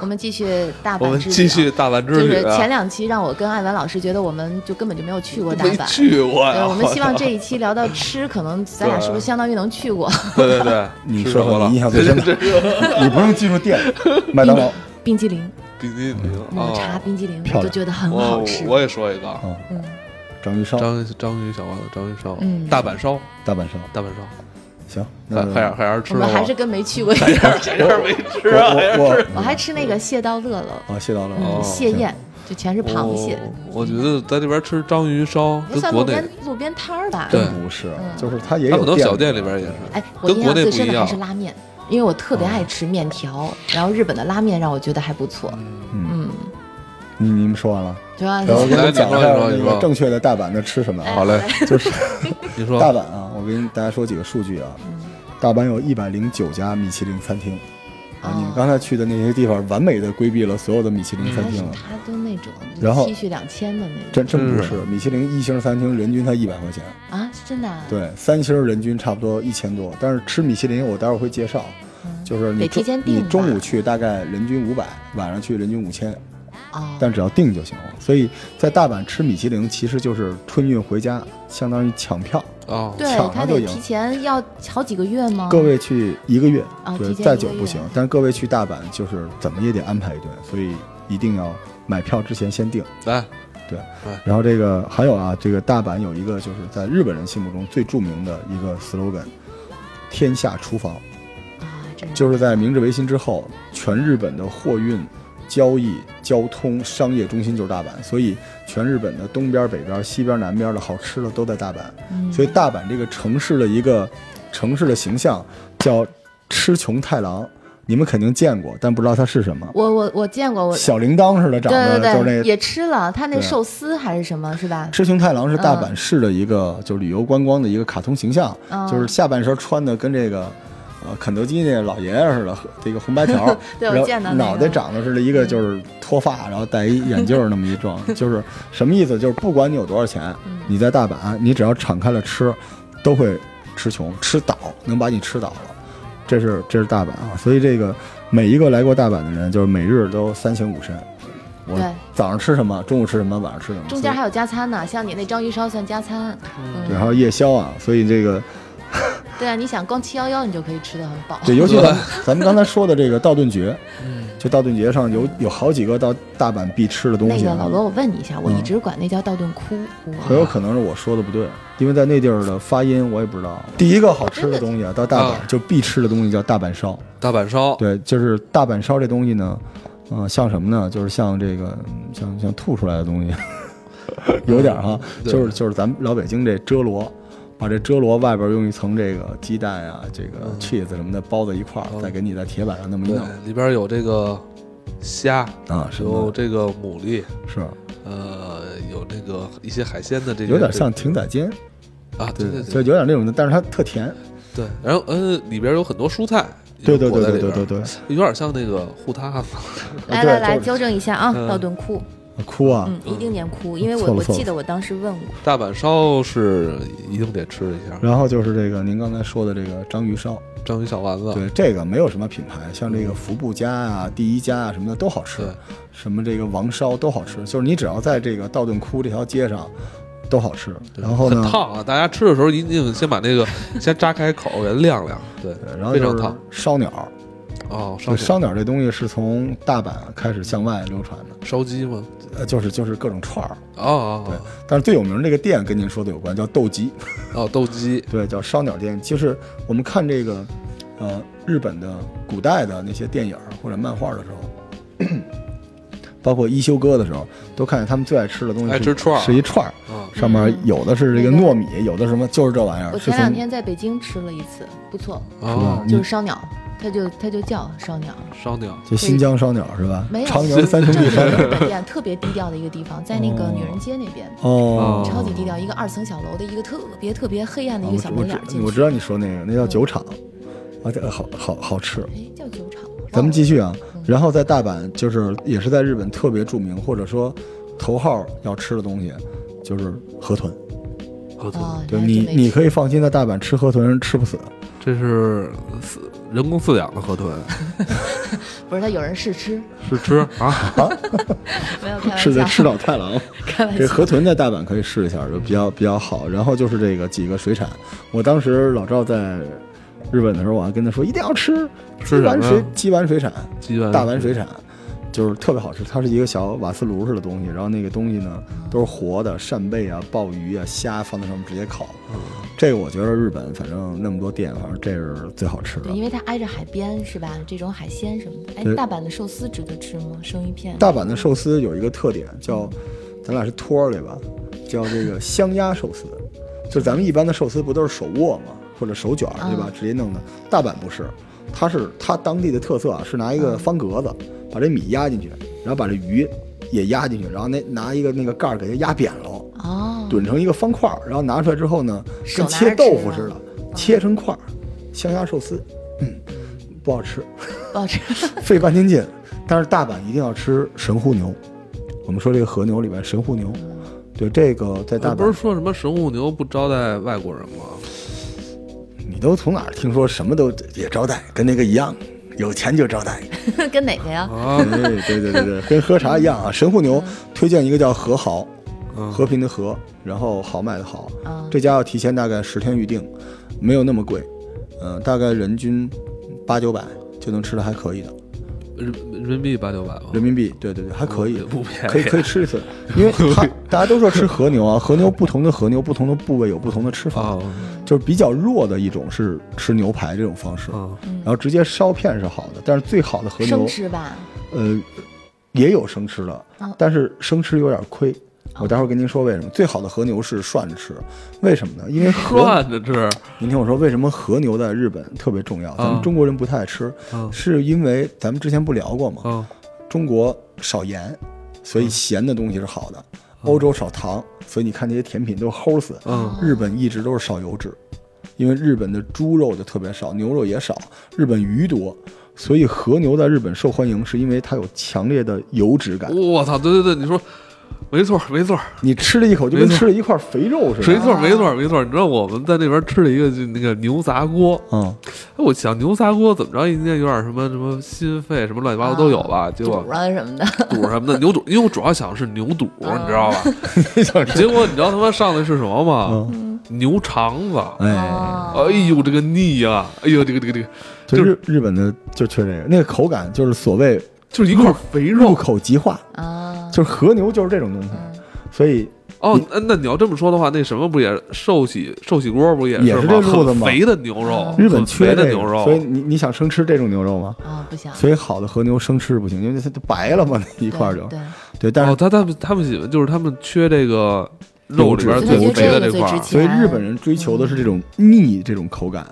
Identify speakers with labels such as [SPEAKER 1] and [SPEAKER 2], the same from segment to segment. [SPEAKER 1] 我们继续大
[SPEAKER 2] 我
[SPEAKER 1] 阪
[SPEAKER 2] 们
[SPEAKER 1] 之旅啊、
[SPEAKER 2] 继续大阪之
[SPEAKER 1] 就
[SPEAKER 2] 旅
[SPEAKER 1] 是
[SPEAKER 2] 啊，
[SPEAKER 1] 前两期让我跟艾文老师觉得我们就根本就没有去过大
[SPEAKER 2] 没
[SPEAKER 1] 阪。
[SPEAKER 2] 去啊过
[SPEAKER 1] 对，
[SPEAKER 2] 呀。
[SPEAKER 1] 我们希望这
[SPEAKER 2] 我
[SPEAKER 1] 一期聊到吃，可能咱俩是不是相当于能去 过
[SPEAKER 2] 操对对对，
[SPEAKER 3] 你
[SPEAKER 2] 吃
[SPEAKER 3] 说
[SPEAKER 2] 什么
[SPEAKER 3] 说
[SPEAKER 2] 了？
[SPEAKER 3] 你印象最深的 你不用记住店，麦当劳。
[SPEAKER 1] 冰激凌、
[SPEAKER 2] 比基尼
[SPEAKER 1] 抹茶
[SPEAKER 2] 啊，
[SPEAKER 1] 冰激凌，
[SPEAKER 3] 漂
[SPEAKER 1] 我
[SPEAKER 3] 亮
[SPEAKER 1] 就觉得很
[SPEAKER 2] 我
[SPEAKER 1] 好吃。
[SPEAKER 2] 哦我也说一个啊，
[SPEAKER 3] 嗯，
[SPEAKER 1] 嗯，
[SPEAKER 3] 章鱼烧，
[SPEAKER 2] 章章鱼小丸子，章鱼烧
[SPEAKER 1] 嗯，
[SPEAKER 2] 大阪烧，
[SPEAKER 3] 大阪烧。
[SPEAKER 2] 大阪烧，
[SPEAKER 3] 嗯行，那
[SPEAKER 2] 海海洋海洋吃
[SPEAKER 1] 我
[SPEAKER 2] 了
[SPEAKER 1] 们
[SPEAKER 2] 吗？
[SPEAKER 1] 还是跟没去过一样。
[SPEAKER 2] 海洋没吃啊，海
[SPEAKER 3] 我
[SPEAKER 2] 洋
[SPEAKER 3] 我
[SPEAKER 2] 吃
[SPEAKER 1] 我还吃那个蟹刀乐乐，
[SPEAKER 3] 我啊，谢到了。
[SPEAKER 1] 嗯，
[SPEAKER 2] 哦
[SPEAKER 1] 蟹宴就全是螃蟹，
[SPEAKER 2] 我我觉得在这边吃章鱼烧
[SPEAKER 1] 那
[SPEAKER 2] 跟
[SPEAKER 1] 算
[SPEAKER 2] 国
[SPEAKER 1] 路
[SPEAKER 2] 内
[SPEAKER 1] 边，路边摊儿吧？
[SPEAKER 2] 对
[SPEAKER 3] 真不是
[SPEAKER 1] 嗯，
[SPEAKER 3] 就是它也
[SPEAKER 2] 它
[SPEAKER 3] 有
[SPEAKER 2] 可能小
[SPEAKER 3] 店
[SPEAKER 2] 店里边 也是。
[SPEAKER 1] 哎，我
[SPEAKER 2] 跟
[SPEAKER 1] 印
[SPEAKER 2] 国
[SPEAKER 1] 象最
[SPEAKER 2] 内不
[SPEAKER 1] 深
[SPEAKER 2] 一
[SPEAKER 1] 的还
[SPEAKER 2] 样哦
[SPEAKER 1] 是拉面，因为我特别爱吃面条，然后日本的拉面让我觉得还不错。嗯，
[SPEAKER 3] 你你们说完了，
[SPEAKER 1] 就要
[SPEAKER 3] 然后我给
[SPEAKER 2] 来
[SPEAKER 3] 们讲一下
[SPEAKER 2] 你说你
[SPEAKER 3] 那
[SPEAKER 2] 说哎
[SPEAKER 3] 个正确的大阪的吃什么啊？
[SPEAKER 2] 好嘞，
[SPEAKER 3] 就是
[SPEAKER 2] 你
[SPEAKER 3] 大
[SPEAKER 2] 说
[SPEAKER 3] 阪啊，我给大家说几个数据啊。
[SPEAKER 2] 嗯
[SPEAKER 3] 大阪有一百零九家米其林餐厅
[SPEAKER 2] 哦
[SPEAKER 3] 啊，你们刚才去的那些地方，完美的规避了所有的米其林
[SPEAKER 1] 但
[SPEAKER 3] 餐
[SPEAKER 1] 是
[SPEAKER 2] 嗯
[SPEAKER 3] 厅了。
[SPEAKER 1] 它都那种
[SPEAKER 3] 然后
[SPEAKER 1] T 恤两千的那种
[SPEAKER 3] 真真不
[SPEAKER 2] 是
[SPEAKER 3] 是，米其林一星餐厅人均才一百块钱，
[SPEAKER 1] 啊，是真的啊，
[SPEAKER 3] 对，三星人均差不多一千多。但是吃米其林，我待会儿会介绍，
[SPEAKER 1] 嗯
[SPEAKER 3] 就是你
[SPEAKER 1] 得提
[SPEAKER 3] 中
[SPEAKER 1] 前订
[SPEAKER 3] 你
[SPEAKER 1] 吧
[SPEAKER 3] 中午去大概人均五百，晚上去人均五千，
[SPEAKER 1] 哦，
[SPEAKER 3] 但只要定就行了。所以在大阪吃米其林其实就是春运回家，相当于抢票。
[SPEAKER 2] 啊，
[SPEAKER 1] 对
[SPEAKER 3] 抢，
[SPEAKER 1] 他
[SPEAKER 3] 了就
[SPEAKER 1] 得
[SPEAKER 3] 赢
[SPEAKER 1] 提前要好几个月吗？
[SPEAKER 3] 各位去一个月
[SPEAKER 1] 啊，
[SPEAKER 3] 对
[SPEAKER 1] 哦提，前
[SPEAKER 3] 再
[SPEAKER 1] 一个
[SPEAKER 3] 久不
[SPEAKER 1] 月
[SPEAKER 3] 行。但各位去大阪就是怎么也得安排一顿，所以一定要买票之前先定。
[SPEAKER 2] 来，
[SPEAKER 3] 对
[SPEAKER 2] 哎，
[SPEAKER 3] 然后这个还有啊，这个大阪有一个就是在日本人心目中最著名的一个 slogan，天下厨房，
[SPEAKER 1] 啊，真的
[SPEAKER 3] 就是在明治维新之后，全日本的货运、交易、交通、商业中心就是大阪，所以全日本的东边、北边、西边、南边的好吃的都在大阪，
[SPEAKER 1] 嗯
[SPEAKER 3] 所以大阪这个城市的一个城市的形象叫吃穷太郎，你们肯定见过，但不知道它是什么，
[SPEAKER 1] 我我我见过我。
[SPEAKER 3] 小铃铛似的长
[SPEAKER 1] 对
[SPEAKER 3] 得，
[SPEAKER 1] 对
[SPEAKER 3] 就是那
[SPEAKER 1] 对，也吃了他那
[SPEAKER 3] 对
[SPEAKER 1] 寿司还是什么，是吧？
[SPEAKER 3] 吃穷太郎是大阪市的一个、就是旅游观光的一个卡通形象，
[SPEAKER 1] 嗯
[SPEAKER 3] 就是下半身穿的跟这个。呃，肯德基那老爷爷似的，这个红白条儿
[SPEAKER 1] ，对我
[SPEAKER 3] 然后
[SPEAKER 1] 见到那个嗯
[SPEAKER 3] 脑袋长得是一个就是脱发，然后戴一眼镜儿那么 一装，就是什么意思？就是不管你有多少钱，
[SPEAKER 1] 嗯
[SPEAKER 3] 你在大阪，你只要敞开了吃，都会吃穷，吃倒，能把你吃倒了。这是这是大阪啊，所以这个每一个来过大阪的人，就是每日都三省吾身。我
[SPEAKER 1] 对
[SPEAKER 3] 早上吃什么，中午吃什么，晚上吃什么，
[SPEAKER 1] 中
[SPEAKER 3] 所
[SPEAKER 1] 间
[SPEAKER 3] 以
[SPEAKER 1] 还有加餐呢，像你那章鱼烧算加餐。嗯
[SPEAKER 3] 对，还有夜宵啊，所以这个
[SPEAKER 1] 对啊，你想光七幺幺你就可以吃的很饱。
[SPEAKER 3] 对，尤其
[SPEAKER 2] 对嗯
[SPEAKER 3] 咱们咱们刚才说的这个道顿崛，就道顿崛上有有好几个到大阪必吃的东
[SPEAKER 1] 那
[SPEAKER 3] 西
[SPEAKER 1] 个
[SPEAKER 3] 啊
[SPEAKER 1] 老，罗，我问你一下，我一
[SPEAKER 3] 嗯
[SPEAKER 1] 直管那叫道顿窟，我
[SPEAKER 3] 很有可能是我说的不对，因为在那地儿的发音我也不知道。第一个好吃的东西啊，到大
[SPEAKER 2] 啊
[SPEAKER 3] 阪就必吃的东西叫大阪烧，
[SPEAKER 2] 大阪烧，
[SPEAKER 3] 对，就是大阪烧这东西呢，呃，像什么呢？就是像这个嗯像像吐出来的东西， 有点儿哈，
[SPEAKER 2] 对
[SPEAKER 3] 就是就是咱们老北京这遮罗。把这遮罗外边用一层这个鸡蛋啊，这个 cheese 什么的包在一块儿，再给你在铁板上那么一
[SPEAKER 2] 嗯哦对
[SPEAKER 3] 弄，
[SPEAKER 2] 里边有这个虾，
[SPEAKER 3] 啊，什
[SPEAKER 2] 有
[SPEAKER 3] 么
[SPEAKER 2] 这个牡蛎，
[SPEAKER 3] 是
[SPEAKER 2] 呃，有这个一些海鲜的这个，
[SPEAKER 3] 有点像艇仔煎，
[SPEAKER 2] 啊，对
[SPEAKER 3] 对
[SPEAKER 2] 对
[SPEAKER 3] 就
[SPEAKER 2] 对
[SPEAKER 3] 有点那种的，但是它特甜，
[SPEAKER 2] 对，然后呃，里边有很多蔬菜，
[SPEAKER 3] 对对
[SPEAKER 2] 裹
[SPEAKER 3] 对
[SPEAKER 2] 在
[SPEAKER 3] 对
[SPEAKER 2] 里
[SPEAKER 3] 对
[SPEAKER 2] 边
[SPEAKER 3] 对，对，
[SPEAKER 2] 有点像那个护塌子，
[SPEAKER 1] 来
[SPEAKER 3] 对
[SPEAKER 1] 来来，
[SPEAKER 3] 就是
[SPEAKER 1] 纠正一下啊，
[SPEAKER 2] 嗯
[SPEAKER 1] 道顿窟，
[SPEAKER 3] 哭啊，
[SPEAKER 1] 嗯，一定念窟，因为
[SPEAKER 3] 错
[SPEAKER 1] 我
[SPEAKER 3] 了
[SPEAKER 1] 我
[SPEAKER 3] 错了
[SPEAKER 1] 记得我当时问过，
[SPEAKER 2] 大阪烧是一定得吃一下，
[SPEAKER 3] 然后就是这个您刚才说的这个章鱼烧，
[SPEAKER 2] 章鱼小丸子，
[SPEAKER 3] 对这个没有什么品牌，像这个福布家啊、第一家啊什么的都好吃
[SPEAKER 2] 嗯对，
[SPEAKER 3] 什么这个王烧都好吃，就是你只要在这个道顿窟这条街上都好吃。然后
[SPEAKER 2] 很
[SPEAKER 3] 呢，
[SPEAKER 2] 烫啊！大家吃的时候一定先把那个先扎开口，给它晾晾。对
[SPEAKER 3] 对，然后
[SPEAKER 2] 非常
[SPEAKER 3] 就是
[SPEAKER 2] 烫
[SPEAKER 3] 烧鸟，
[SPEAKER 2] 哦，烧烧
[SPEAKER 3] 对烧鸟这东西是从大阪开始向外流传的，
[SPEAKER 2] 烧鸡吗？
[SPEAKER 3] 呃，就是就是各种串儿。
[SPEAKER 2] 哦哦
[SPEAKER 3] 对，但是最有名的这个店跟您说的有关，叫斗鸡。
[SPEAKER 2] 哦哦，斗鸡，
[SPEAKER 3] 对，叫烧鸟店。就是我们看这个，呃，日本的古代的那些电影儿或者漫画的时候，包括一休哥的时候，都看见他们最爱吃的东西
[SPEAKER 2] 爱
[SPEAKER 3] 是
[SPEAKER 2] 吃串儿
[SPEAKER 3] 是一串儿，
[SPEAKER 2] 嗯，
[SPEAKER 3] 上面有的是这个
[SPEAKER 1] 嗯
[SPEAKER 3] 糯米，有的什么，就是这玩意
[SPEAKER 1] 我
[SPEAKER 3] 啊儿。是
[SPEAKER 1] 前两
[SPEAKER 3] 从
[SPEAKER 1] 天在北京吃了一次，不错，
[SPEAKER 2] 哦，
[SPEAKER 1] 就是烧鸟，它就它就叫烧鸟，
[SPEAKER 2] 烧鸟，
[SPEAKER 3] 就新疆烧鸟是吧
[SPEAKER 1] 没？有
[SPEAKER 3] 长垣三兄弟
[SPEAKER 1] 就是
[SPEAKER 3] 烧鸟。
[SPEAKER 1] 日本啊店特别低调的一个地方，在那个
[SPEAKER 3] 哦
[SPEAKER 1] 女人街那边，
[SPEAKER 3] 哦，
[SPEAKER 1] 超级低调，一个二层小楼的一个特别特别黑暗的
[SPEAKER 3] 啊
[SPEAKER 1] 一
[SPEAKER 3] 我
[SPEAKER 1] 个
[SPEAKER 3] 知
[SPEAKER 1] 小
[SPEAKER 3] 我
[SPEAKER 1] 门脸儿
[SPEAKER 3] 知
[SPEAKER 1] 进
[SPEAKER 3] 我知
[SPEAKER 1] 去，
[SPEAKER 3] 道你说那个，那叫酒厂，啊，这好好好吃。
[SPEAKER 1] 哎，叫酒厂，
[SPEAKER 3] 咱们继
[SPEAKER 1] 续，
[SPEAKER 3] 续啊，然后在大阪就是也是在日本特别著名或者说头号要吃的东西，就是河豚。
[SPEAKER 2] 河豚，
[SPEAKER 1] 哦，
[SPEAKER 3] 对你，你可以放心，在大阪吃河豚吃不死。
[SPEAKER 2] 这是饲人工饲养的河豚，
[SPEAKER 1] 不是他有人试吃，
[SPEAKER 2] 是吃啊，
[SPEAKER 1] 没 有开玩笑，
[SPEAKER 3] 是在赤岛太郎。
[SPEAKER 1] 开玩
[SPEAKER 3] 这
[SPEAKER 1] 笑。
[SPEAKER 3] 河豚在大阪可以试一下，就比较比较好。然后就是这个几个水产，我当时老赵在日本的时候，我还跟他说一定要吃
[SPEAKER 2] 吃
[SPEAKER 3] 鸡
[SPEAKER 2] 什么呀
[SPEAKER 3] 丸水鸡丸水产，
[SPEAKER 2] 鸡丸
[SPEAKER 3] 大丸水产就是特别好吃。它是一个小瓦斯炉似的东西，然后那个东西呢都是活的，扇贝啊、鲍鱼啊、虾放在上面直接烤。这个我觉得日本反正那么多店，反正这是最好吃的
[SPEAKER 1] 对，。因为它挨着海边是吧？这种海鲜什么的，哎
[SPEAKER 3] 对，
[SPEAKER 1] 大阪的寿司值得吃吗？生鱼片？
[SPEAKER 3] 大阪的寿司有一个特点，叫咱俩是托儿来吧，叫这个香鸭寿司。就咱们一般的寿司不都是手握嘛，或者手卷儿
[SPEAKER 1] 嗯
[SPEAKER 3] 对吧？直接弄的。大阪不是，它是它当地的特色啊，是拿一
[SPEAKER 1] 嗯
[SPEAKER 3] 个方格子把这米压进去，然后把这鱼也压进去，然后那拿一个那个盖儿给它压扁喽，
[SPEAKER 1] 哦，
[SPEAKER 3] 怼成一个方块儿，然后拿出来之后呢，
[SPEAKER 1] 手
[SPEAKER 3] 跟
[SPEAKER 1] 拿
[SPEAKER 3] 切
[SPEAKER 1] 着
[SPEAKER 3] 豆
[SPEAKER 1] 吃啊
[SPEAKER 3] 腐似
[SPEAKER 1] 吗
[SPEAKER 3] 的，切成块儿。香鸭寿司，嗯，不好吃。
[SPEAKER 1] 不好吃。
[SPEAKER 3] 费半天劲，但是大阪一定要吃神户牛。我们说这个和牛里边神户牛，对这个在大
[SPEAKER 2] 不是
[SPEAKER 3] 阪，
[SPEAKER 2] 说什么神户牛不招待外国人吗？
[SPEAKER 3] 你都从哪儿听说什么都也招待，跟那个一样，有钱就招待。
[SPEAKER 1] 跟哪个呀？
[SPEAKER 2] 啊
[SPEAKER 3] 哎，，对对对对， 跟喝茶一样啊。神户牛推荐一个叫和豪，和平的和，然后豪迈的豪
[SPEAKER 1] 嗯，
[SPEAKER 3] 这家要提前大概十天预定，没有那么贵，嗯、大概人均八九百就能吃的还可以的。
[SPEAKER 2] 人人民币八九百吧。
[SPEAKER 3] 人民币，对对对，还可以，
[SPEAKER 2] 不便宜
[SPEAKER 3] 可以可以吃一次，因为 它大家都说吃和牛啊，和牛不同的和牛不同的部位有不同的吃法，
[SPEAKER 2] 啊
[SPEAKER 3] 就是比较弱的一种是吃牛排这种方式，
[SPEAKER 2] 啊，
[SPEAKER 3] 然后直接烧片是好的，但是最好的和
[SPEAKER 1] 嗯生
[SPEAKER 3] 牛，
[SPEAKER 1] 吃吧。
[SPEAKER 3] 呃，也有生吃的
[SPEAKER 1] 啊，
[SPEAKER 3] 但是生吃有点亏。我待会儿跟您说为什么最好的和牛是涮着吃，为什么呢？因为和
[SPEAKER 2] 涮着吃，
[SPEAKER 3] 您听我说，为什么和牛在日本特别重要？咱
[SPEAKER 2] 啊
[SPEAKER 3] 们中国人不太爱吃，
[SPEAKER 2] 啊
[SPEAKER 3] 是因为咱们之前不聊过吗？
[SPEAKER 2] 啊
[SPEAKER 3] 中国少盐，所以咸的东西是好的；欧洲少糖，所以你看这些甜品都齁死。
[SPEAKER 2] 嗯
[SPEAKER 3] 日本一直都是少油脂，因为日本的猪肉就特别少，牛肉也少，日本鱼多，所以和牛在日本受欢迎是因为它有强烈的油脂感。
[SPEAKER 2] 我操，对对对，你说没错没错
[SPEAKER 3] 你吃了一口就跟
[SPEAKER 2] 没错
[SPEAKER 3] 吃了一块肥肉似
[SPEAKER 2] 没
[SPEAKER 3] 的。
[SPEAKER 2] 错没错没错，你知道我们在那边吃了一个就那个牛杂锅，
[SPEAKER 3] 嗯，
[SPEAKER 2] 哎，我想牛杂锅怎么着，应该有点什么什么心肺什么乱七八糟都有吧，结
[SPEAKER 1] 肚
[SPEAKER 2] 果
[SPEAKER 1] 啊什么的，
[SPEAKER 2] 肚什么的牛肚，因为我主要想的是牛肚，
[SPEAKER 1] 啊
[SPEAKER 2] 你知道吧？结果你知道他妈上的是什么吗？
[SPEAKER 3] 嗯
[SPEAKER 2] 牛肠子。
[SPEAKER 3] 哎，
[SPEAKER 1] 哦
[SPEAKER 2] 哎，呦，这个腻呀、哎呦，这个这个这个，
[SPEAKER 3] 就
[SPEAKER 2] 就是
[SPEAKER 3] 日日本的就缺这个，那个口感就是所谓
[SPEAKER 2] 就是一块肥
[SPEAKER 3] 入
[SPEAKER 2] 肉
[SPEAKER 3] 口即化，
[SPEAKER 2] 嗯
[SPEAKER 1] 啊，
[SPEAKER 3] 就是和牛就是这种东西，所以
[SPEAKER 2] 哦。那那你要这么说的话，那什么不也寿喜寿喜锅不也
[SPEAKER 3] 也是
[SPEAKER 2] 吗？
[SPEAKER 3] 这路子
[SPEAKER 2] 很
[SPEAKER 3] 吗
[SPEAKER 2] 肥的牛肉，
[SPEAKER 3] 日本
[SPEAKER 2] 很肥
[SPEAKER 3] 缺
[SPEAKER 2] 的
[SPEAKER 3] 这个
[SPEAKER 2] 牛肉，
[SPEAKER 3] 所以你你想生吃这种牛肉吗？
[SPEAKER 1] 啊不想
[SPEAKER 3] 所以好的和牛生吃是不行，因为它它白了嘛，那一
[SPEAKER 1] 一
[SPEAKER 3] 块儿就
[SPEAKER 1] 对，
[SPEAKER 3] 对。但
[SPEAKER 2] 哦，
[SPEAKER 3] 是
[SPEAKER 2] 他他们他们喜欢就是他们缺这个肉里边
[SPEAKER 3] 油脂
[SPEAKER 1] 所以
[SPEAKER 2] 最
[SPEAKER 1] 我觉
[SPEAKER 2] 肥
[SPEAKER 1] 得
[SPEAKER 2] 的
[SPEAKER 1] 这个最
[SPEAKER 2] 块儿
[SPEAKER 1] 值，钱。
[SPEAKER 3] 所以日本人追求的是这种
[SPEAKER 1] 嗯
[SPEAKER 3] 腻这种口感，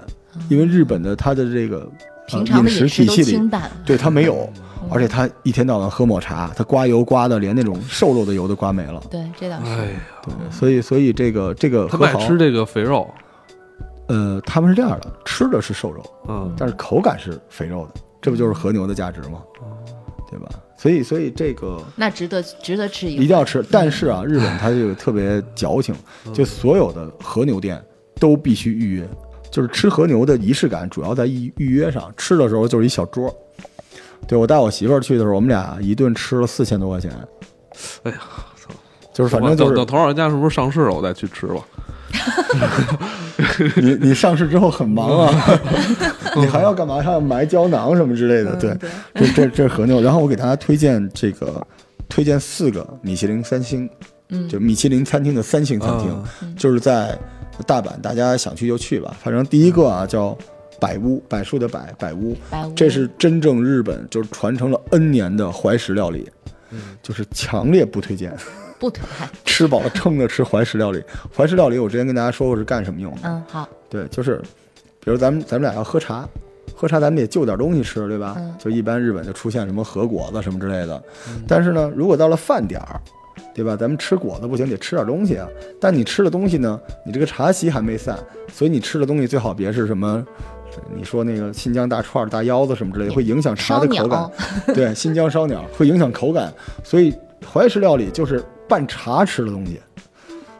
[SPEAKER 3] 因为日本的它的这个呃
[SPEAKER 1] 平常的
[SPEAKER 3] 饮食体
[SPEAKER 1] 都
[SPEAKER 3] 系里
[SPEAKER 1] 清，淡，嗯
[SPEAKER 3] 对它没有， 而且它一天到晚喝抹茶，它刮油刮的连那种瘦肉的油都刮没了。
[SPEAKER 1] 对，这
[SPEAKER 3] 嗯
[SPEAKER 1] 倒
[SPEAKER 2] 哎
[SPEAKER 1] 是。
[SPEAKER 2] 呀，
[SPEAKER 3] 对，所以所以这个这个
[SPEAKER 2] 他
[SPEAKER 3] 和
[SPEAKER 2] 们爱
[SPEAKER 3] 好，
[SPEAKER 2] 吃这个肥肉，
[SPEAKER 3] 呃，他们是这样的，吃的是瘦肉，
[SPEAKER 2] 嗯，
[SPEAKER 3] 但是口感是肥肉的，这不就是和牛的价值吗？
[SPEAKER 2] 哦
[SPEAKER 3] 对吧？所以所以这个。
[SPEAKER 1] 那值得值得吃一
[SPEAKER 3] 一定
[SPEAKER 1] 回
[SPEAKER 3] 要吃。但是啊，日本它这个特别矫情，
[SPEAKER 2] 嗯
[SPEAKER 3] 就所有的和牛店都必须预约，就是吃和牛的仪式感主要在预预约上。吃的时候就是一小桌。对我带我媳妇儿去的时候，我们俩一顿吃了四千多块钱，
[SPEAKER 2] 哎呀，
[SPEAKER 3] 就是反正就
[SPEAKER 2] 等等
[SPEAKER 3] 是
[SPEAKER 2] 头儿人家是不是上市了，我再去吃吧。
[SPEAKER 3] 你你上市之后很忙啊， 你还要干嘛？还要埋胶囊什么之
[SPEAKER 1] 嗯
[SPEAKER 3] 类的。对，这这这是和牛。然后我给大家推荐这个，推荐四个米其林三星，
[SPEAKER 1] 嗯
[SPEAKER 3] 就米其林餐厅的三星餐厅
[SPEAKER 2] 啊，
[SPEAKER 3] 就是在大阪，大家想去就去吧。反正第一个啊叫百屋，柏树的柏，百屋，
[SPEAKER 1] 百屋
[SPEAKER 3] 这是真正日本就是传承了 N 年的怀石料理，就是强烈不推荐。
[SPEAKER 1] 不推开。
[SPEAKER 3] 吃饱了撑着吃怀石料理，怀石料理我之前跟大家说过是干什么用的，
[SPEAKER 1] 嗯，好，
[SPEAKER 3] 对，就是，比如咱们咱们俩要喝茶，喝茶咱们得就点东西吃，对吧？
[SPEAKER 1] 嗯
[SPEAKER 3] 就一般日本就出现什么和果子什么之类的。但是呢，如果到了饭点儿，对吧？咱们吃果子不行，得吃点东西啊。但你吃的东西呢，你这个茶席还没散，所以你吃的东西最好别是什么。你说那个新疆大串儿、大腰子什么之类的，会影响茶的口感
[SPEAKER 1] 烧。
[SPEAKER 3] 对，新疆烧鸟会影响口感，所以怀石料理就是拌茶吃的东西，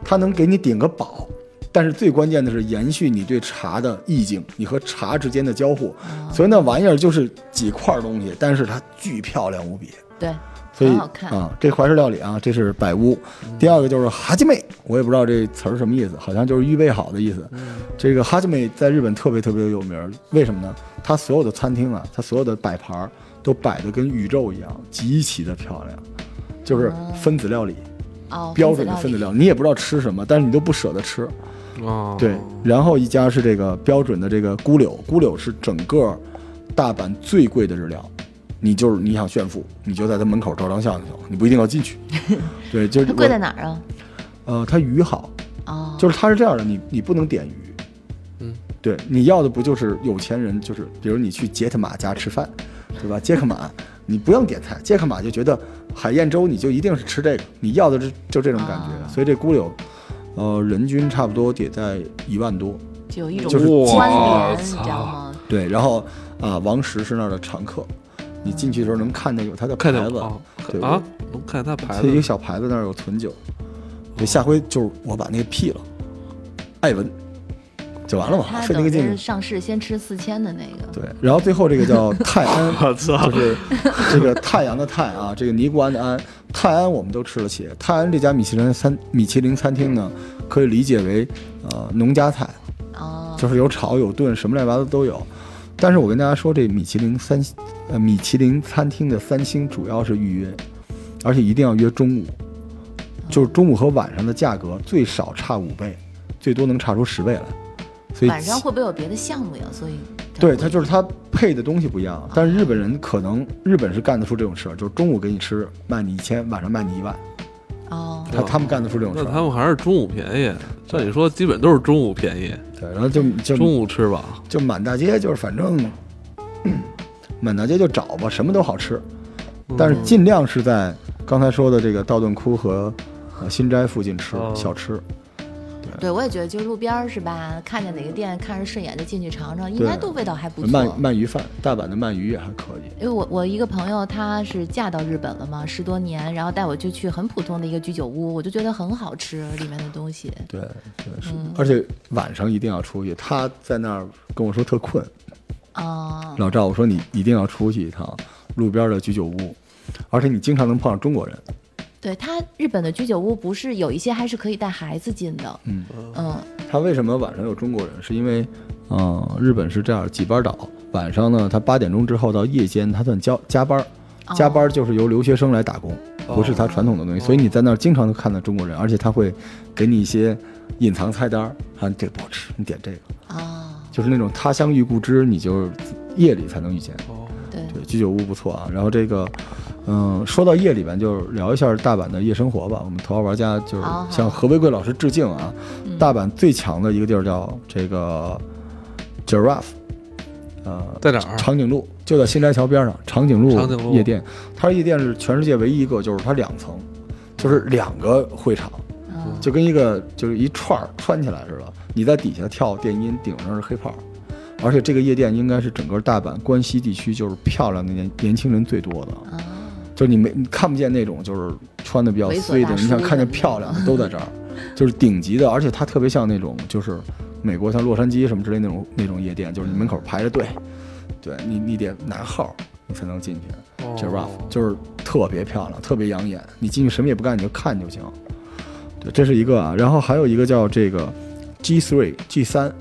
[SPEAKER 3] 它能给你顶个饱。但是最关键的是延续你对茶的意境，你和茶之间的交互。
[SPEAKER 1] 啊
[SPEAKER 3] 所以那玩意儿就是几块东西，但是它巨漂亮无比。
[SPEAKER 1] 对，
[SPEAKER 3] 所以
[SPEAKER 1] 很好看
[SPEAKER 3] 啊、这怀石料理啊，这是百屋。第二个就是哈基妹，我也不知道这词儿什么意思，好像就是预备好的意思。这个哈基妹在日本特别特别有名儿，为什么呢？它所有的餐厅啊，它所有的摆盘儿都摆得跟宇宙一样，极其的漂亮，就是分子料理，
[SPEAKER 1] 哦，
[SPEAKER 3] 标准的分
[SPEAKER 1] 分
[SPEAKER 3] 子料理，你也不知道吃什么，但是你都不舍得吃。
[SPEAKER 2] 哦，
[SPEAKER 3] 对，然后一家是这个标准的这个菇柳，菇柳是整个大阪最贵的日料。你就是你想炫富，你就在他门口照张相就行，你不一定要 进去。对，就是
[SPEAKER 1] 它贵
[SPEAKER 3] 我
[SPEAKER 1] 在哪儿啊？
[SPEAKER 3] 呃，它鱼好，
[SPEAKER 1] 哦，
[SPEAKER 3] 就是它是这样的，你你不能点鱼。
[SPEAKER 2] 嗯，
[SPEAKER 3] 对，你要的不就是有钱人，就是比如你去杰克马家吃饭，对吧？杰克马你不用点菜，杰克马就觉得海燕粥你就一定是吃这个，你要的是就这种感觉。
[SPEAKER 1] 啊
[SPEAKER 3] 所以这菇柳，呃，人均差不多得在一万多。
[SPEAKER 1] 就有一种
[SPEAKER 3] 就是啊
[SPEAKER 1] 关
[SPEAKER 2] 哇
[SPEAKER 1] 联，你知
[SPEAKER 2] 操
[SPEAKER 1] 道吗？
[SPEAKER 3] 对，然后啊，王石是那儿的常客，你进去的时候能看见有他的牌
[SPEAKER 2] 看见
[SPEAKER 3] 子，
[SPEAKER 2] 哦
[SPEAKER 3] 对
[SPEAKER 2] 啊，能看见他牌
[SPEAKER 3] 他一个
[SPEAKER 2] 子，，
[SPEAKER 3] 小牌子那儿有存酒。对，下回就是我把那个 P 了，艾文就完了嘛，
[SPEAKER 1] 它
[SPEAKER 3] 费那
[SPEAKER 1] 等
[SPEAKER 3] 个
[SPEAKER 1] 于
[SPEAKER 3] 劲
[SPEAKER 1] 是。上市先吃四千的那个，
[SPEAKER 3] 对，然后最后这个叫泰安
[SPEAKER 2] 我操
[SPEAKER 3] 就，是这个太阳的太啊，这个尼姑庵的庵，泰安我们都吃得起。泰安这家米其林餐米其林餐厅呢，可以理解为呃农家菜，
[SPEAKER 1] 哦，
[SPEAKER 3] 就是有炒有炖，什么乱七八糟都有。但是我跟大家说，这米其林三星呃米其林餐厅的三星主要是预约，而且一定要约中午，
[SPEAKER 1] 啊
[SPEAKER 3] 就是中午和晚上的价格最少差五倍，最多能差出十倍来。所以
[SPEAKER 1] 晚上会不会有别的项目呀？所以它
[SPEAKER 3] 对，
[SPEAKER 1] 会
[SPEAKER 3] 它就是它配的东西不一样，啊但是日本人可能日本是干得出这种事儿，就是中午给你吃卖你一千，晚上卖你一万，
[SPEAKER 1] 哦，
[SPEAKER 3] 他他们干得出这种事
[SPEAKER 2] 那他
[SPEAKER 3] 儿。
[SPEAKER 2] 们还是中午便宜，照理说基本都是中午便宜，
[SPEAKER 3] 对，然后就就
[SPEAKER 2] 中午吃吧。
[SPEAKER 3] 就满大街就是反正、嗯满大街就找吧，什么都好吃，
[SPEAKER 1] 嗯
[SPEAKER 3] 但是尽量是在刚才说的这个道顿窟和呃新斋附近吃
[SPEAKER 2] 哦
[SPEAKER 3] 小吃。
[SPEAKER 1] 对我也觉得，就路边儿是吧？看见哪个店看着顺眼就进去尝尝，应该都味道还不错。
[SPEAKER 3] 鳗鳗鱼饭，大阪的鳗鱼也还可以。
[SPEAKER 1] 因为我我一个朋友，她是嫁到日本了嘛，十多年，然后带我就去很普通的一个居酒屋，我就觉得很好吃里面的东西。
[SPEAKER 3] 对，对是，
[SPEAKER 1] 嗯
[SPEAKER 3] 而且晚上一定要出去。他在那儿跟我说特困，
[SPEAKER 1] 啊、
[SPEAKER 3] 老赵，我说你一定要出去一趟路边的居酒屋，而且你经常能碰上中国人。
[SPEAKER 1] 对，它日本的居酒屋不是有一些还是可以带孩子进的，
[SPEAKER 3] 嗯，
[SPEAKER 1] 嗯，
[SPEAKER 3] 他为什么晚上有中国人？是因为，嗯、日本是这样几班倒，晚上呢，他八点钟之后到夜间，他算加加班儿，
[SPEAKER 1] 哦
[SPEAKER 3] 加班儿就是由留学生来打工，不是他传统的东西，所以你在那儿经常能看到中国人，而且他会给你一些隐藏菜单儿，啊，这个不好吃，你点这个，
[SPEAKER 1] 啊、
[SPEAKER 3] 就是那种他乡遇故知，你就夜里才能遇见。
[SPEAKER 2] 哦，
[SPEAKER 1] 对，
[SPEAKER 3] 对，居酒屋不错啊。然后这个，嗯，说到夜里边，就是聊一下大阪的夜生活吧。我们头号玩家就是
[SPEAKER 1] 好好
[SPEAKER 3] 向何为贵老师致敬啊！
[SPEAKER 1] 嗯
[SPEAKER 3] 大阪最强的一个地儿叫这个 Giraffe，呃，
[SPEAKER 2] 在哪儿？
[SPEAKER 3] 长颈鹿，就在新斋桥边上，长颈
[SPEAKER 2] 啊长颈鹿
[SPEAKER 3] 夜店。它的夜店是全世界唯一一个，就是它两层，就是两个会场，
[SPEAKER 1] 嗯，
[SPEAKER 3] 就跟一个就是一串儿穿起来似的。你在底下跳电音，顶上是黑炮。而且这个夜店应该是整个大阪关西地区就是漂亮的年年轻人最多的，
[SPEAKER 1] 啊，
[SPEAKER 3] 就是你没你看不见那种就是穿的比较
[SPEAKER 1] 猥琐
[SPEAKER 3] 碎的，
[SPEAKER 1] 大
[SPEAKER 3] 你
[SPEAKER 1] 叔
[SPEAKER 3] 想看
[SPEAKER 1] 的
[SPEAKER 3] 见
[SPEAKER 1] 那
[SPEAKER 3] 漂亮的都在这儿，就是顶级的，而且它特别像那种就是美国像洛杉矶什么之类那种那种夜店，就是你门口排着队，对你你得拿号你才能进去。
[SPEAKER 2] 哦
[SPEAKER 3] 这 rough 就是特别漂亮，特别养眼。你进去什么也不干，你就看就行。对，这是一个啊。然后还有一个叫这个 G three G 三，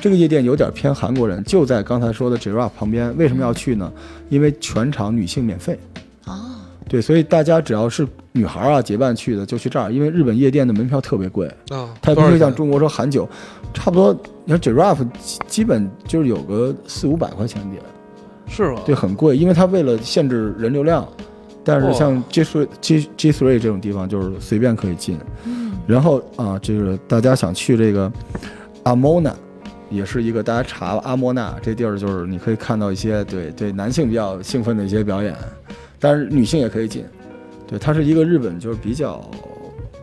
[SPEAKER 3] 这个夜店有点偏韩国人，就在刚才说的 Giraffe 旁边。为什么要去呢？因为全场女性免费。
[SPEAKER 1] 啊，
[SPEAKER 3] 对，所以大家只要是女孩啊结伴去的，就去这儿，因为日本夜店的门票特别贵，
[SPEAKER 2] 啊，
[SPEAKER 3] 它不
[SPEAKER 2] 多少
[SPEAKER 3] 会
[SPEAKER 2] 钱
[SPEAKER 3] 像中国说含酒，差不多你看 Giraffe 基基本就是有个四五百块钱点。
[SPEAKER 2] 是吗？
[SPEAKER 3] 对，很贵，因为它为了限制人流量。但是像 G three G G three 这种地方就是随便可以进。
[SPEAKER 1] 嗯，
[SPEAKER 3] 然后啊，就是大家想去这个阿莫纳，也是一个大家查吧，阿莫纳这地儿就是你可以看到一些对对男性比较兴奋的一些表演，但是女性也可以进。对，它是一个日本就是比较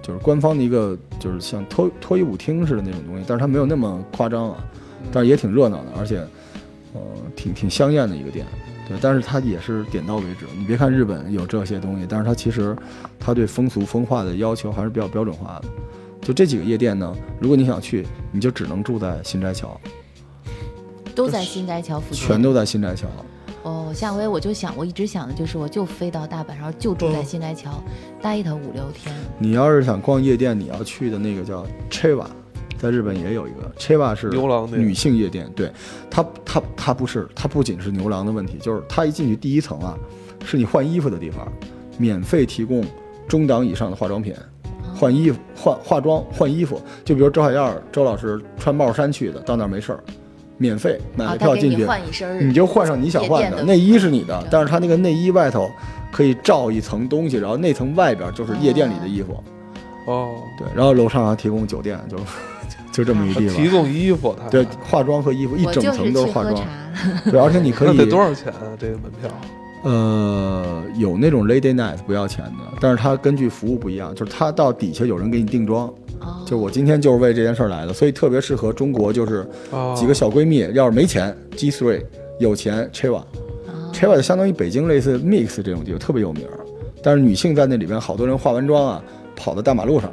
[SPEAKER 3] 就是官方的一个就是像脱脱衣舞厅似的那种东西，但是它没有那么夸张啊，但是也挺热闹的，而且呃挺挺香艳的一个店。对，但是它也是点到为止。你别看日本有这些东西，但是它其实它对风俗风化的要求还是比较标准化的。就这几个夜店呢，如果你想去，你就只能住在新斋桥，
[SPEAKER 1] 都在新斋桥附近。
[SPEAKER 3] 全都在新斋桥。
[SPEAKER 1] 哦，下回我就想，我一直想的就是，我就飞到大阪，然后就住在新斋桥，待它五六天。
[SPEAKER 3] 你要是想逛夜店，你要去的那个叫 Cheva，在日本也有一个 Cheva 是
[SPEAKER 2] 牛郎那个
[SPEAKER 3] 女性夜店。对，它它它不是，它不仅是牛郎的问题，就是它一进去第一层啊，是你换衣服的地方，免费提供中档以上的化妆品，
[SPEAKER 1] 哦
[SPEAKER 3] 换衣服、换化妆、换衣服。就比如周海燕儿、周老师穿帽衫去的，到那儿没事儿，免费买
[SPEAKER 1] 啊，
[SPEAKER 3] 了
[SPEAKER 1] 他
[SPEAKER 3] 票
[SPEAKER 1] 给
[SPEAKER 3] 进
[SPEAKER 1] 你
[SPEAKER 3] 去，
[SPEAKER 1] 换一身儿，
[SPEAKER 3] 你就换上你想换
[SPEAKER 1] 夜
[SPEAKER 3] 的
[SPEAKER 1] 店的
[SPEAKER 3] 内衣是你的
[SPEAKER 1] 对，
[SPEAKER 3] 但是它那个内衣外头可以罩一层东西，然后那层外边就是夜店里的衣服。
[SPEAKER 2] 哦，
[SPEAKER 3] 对，然后楼上还提供酒店，就就这么一
[SPEAKER 2] 还
[SPEAKER 3] 地
[SPEAKER 2] 提
[SPEAKER 3] 方。
[SPEAKER 2] 供衣服，他
[SPEAKER 3] 对，化妆和衣服一
[SPEAKER 1] 我
[SPEAKER 3] 整
[SPEAKER 1] 就是
[SPEAKER 3] 层
[SPEAKER 1] 去
[SPEAKER 3] 都是化
[SPEAKER 1] 喝
[SPEAKER 3] 妆，
[SPEAKER 1] 茶，
[SPEAKER 3] 对，而且你 可
[SPEAKER 2] 那
[SPEAKER 3] 以
[SPEAKER 2] 得多少钱啊？这个门票？
[SPEAKER 3] 呃有那种 lady night 不要钱的，但是它根据服务不一样，就是它到底下有人给你定妆，
[SPEAKER 1] 哦
[SPEAKER 3] 就是我今天就是为这件事儿来的，所以特别适合中国，就是
[SPEAKER 2] 哦
[SPEAKER 3] 几个小闺蜜，要是没钱 G three，有钱 Cheva。
[SPEAKER 1] 啊
[SPEAKER 3] Cheva 就相当于北京类似 Mix 这种地方特别有名儿，但是女性在那里边好多人化完妆啊，跑到大马路上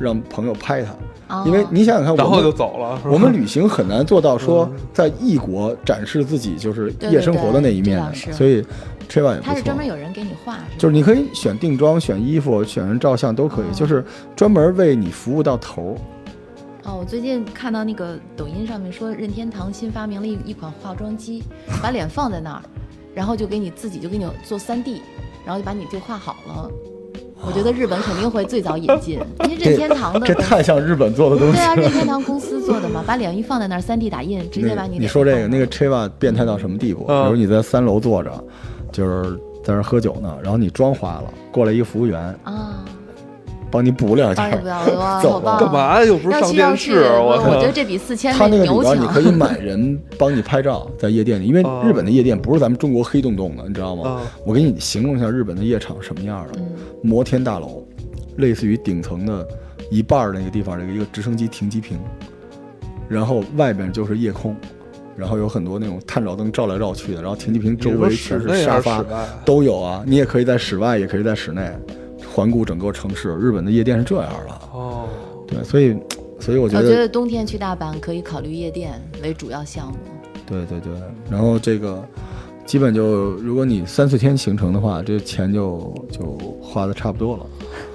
[SPEAKER 3] 让朋友拍她，
[SPEAKER 1] 哦
[SPEAKER 3] 因为你想想看，
[SPEAKER 2] 然
[SPEAKER 3] 我
[SPEAKER 2] 后
[SPEAKER 3] 们
[SPEAKER 2] 就 走了。是吧
[SPEAKER 3] 我们旅行很难做到说
[SPEAKER 1] 嗯
[SPEAKER 3] 在异国展示自己就是夜生活的那一面的，
[SPEAKER 1] 对对对这倒是
[SPEAKER 3] 所以 Cheva 也不
[SPEAKER 1] 他
[SPEAKER 3] 错
[SPEAKER 1] 是。专门有人给你画，吧
[SPEAKER 3] 就是你可以选定妆、选衣服、选人照相都可以，
[SPEAKER 1] 哦
[SPEAKER 3] 就是专门为你服务到头儿。
[SPEAKER 1] 哦，我最近看到那个抖音上面说，任天堂新发明了一一款化妆机，把脸放在那儿，然后就给你自己就给你做3 D，然后就把你就画好了。我觉得日本肯定会最早引 进，因为任天堂的
[SPEAKER 3] 这
[SPEAKER 1] 公司
[SPEAKER 3] 太像日本做的东西
[SPEAKER 1] 对啊，
[SPEAKER 3] 了。
[SPEAKER 1] 任天堂公司做的嘛，把脸一放在那儿3 D 打印，直接把
[SPEAKER 3] 你
[SPEAKER 1] 脸
[SPEAKER 3] 说这
[SPEAKER 1] 放
[SPEAKER 3] 个，
[SPEAKER 1] 那
[SPEAKER 3] 那个 Cheva 变态到什么地步？
[SPEAKER 2] 嗯
[SPEAKER 3] 比如你在三楼坐着，就是在那儿喝酒呢，然后你妆花了，过来一个服务员
[SPEAKER 1] 儿啊，
[SPEAKER 3] 帮你补两
[SPEAKER 1] 当
[SPEAKER 3] 下
[SPEAKER 1] 然 不。要了，哇好
[SPEAKER 3] 走了
[SPEAKER 1] 棒！啊
[SPEAKER 2] 干嘛呀？又不是
[SPEAKER 1] 要
[SPEAKER 2] 上
[SPEAKER 1] 去要
[SPEAKER 2] 电
[SPEAKER 1] 去，嗯
[SPEAKER 2] 视，我
[SPEAKER 1] 我觉得
[SPEAKER 2] 操！
[SPEAKER 1] 这比四千
[SPEAKER 3] 他那个里
[SPEAKER 1] 牛
[SPEAKER 3] 边你
[SPEAKER 1] 强
[SPEAKER 3] 可。以买人帮你拍照，在夜店里，因为
[SPEAKER 2] 哦
[SPEAKER 3] 日本的夜店不是咱们中国黑洞洞的，你知道吗
[SPEAKER 2] 哦？
[SPEAKER 3] 我给你形容一下日本的夜场什么样的，
[SPEAKER 1] 嗯
[SPEAKER 3] 摩天大楼，类似于顶层的一半儿那个地方的一个直升机停机坪，然后外边就是夜空，然后有很多那种探照灯照来照去的，然后停机坪周
[SPEAKER 2] 你说
[SPEAKER 3] 围
[SPEAKER 2] 室
[SPEAKER 3] 全
[SPEAKER 2] 内
[SPEAKER 3] 是沙
[SPEAKER 2] 还是
[SPEAKER 3] 发
[SPEAKER 2] 室外，
[SPEAKER 3] 都有啊。你也可以在室外，也可以在室内，环顾整个城市。日本的夜店是这样的，
[SPEAKER 2] 哦，
[SPEAKER 3] 对，所以，所以我觉
[SPEAKER 1] 我觉
[SPEAKER 3] 得
[SPEAKER 1] 得冬天去大阪可以考虑夜店为主要项目。
[SPEAKER 3] 对对对，然后这个基本就，如果你三四天行程的话，这钱就就花的差不多了。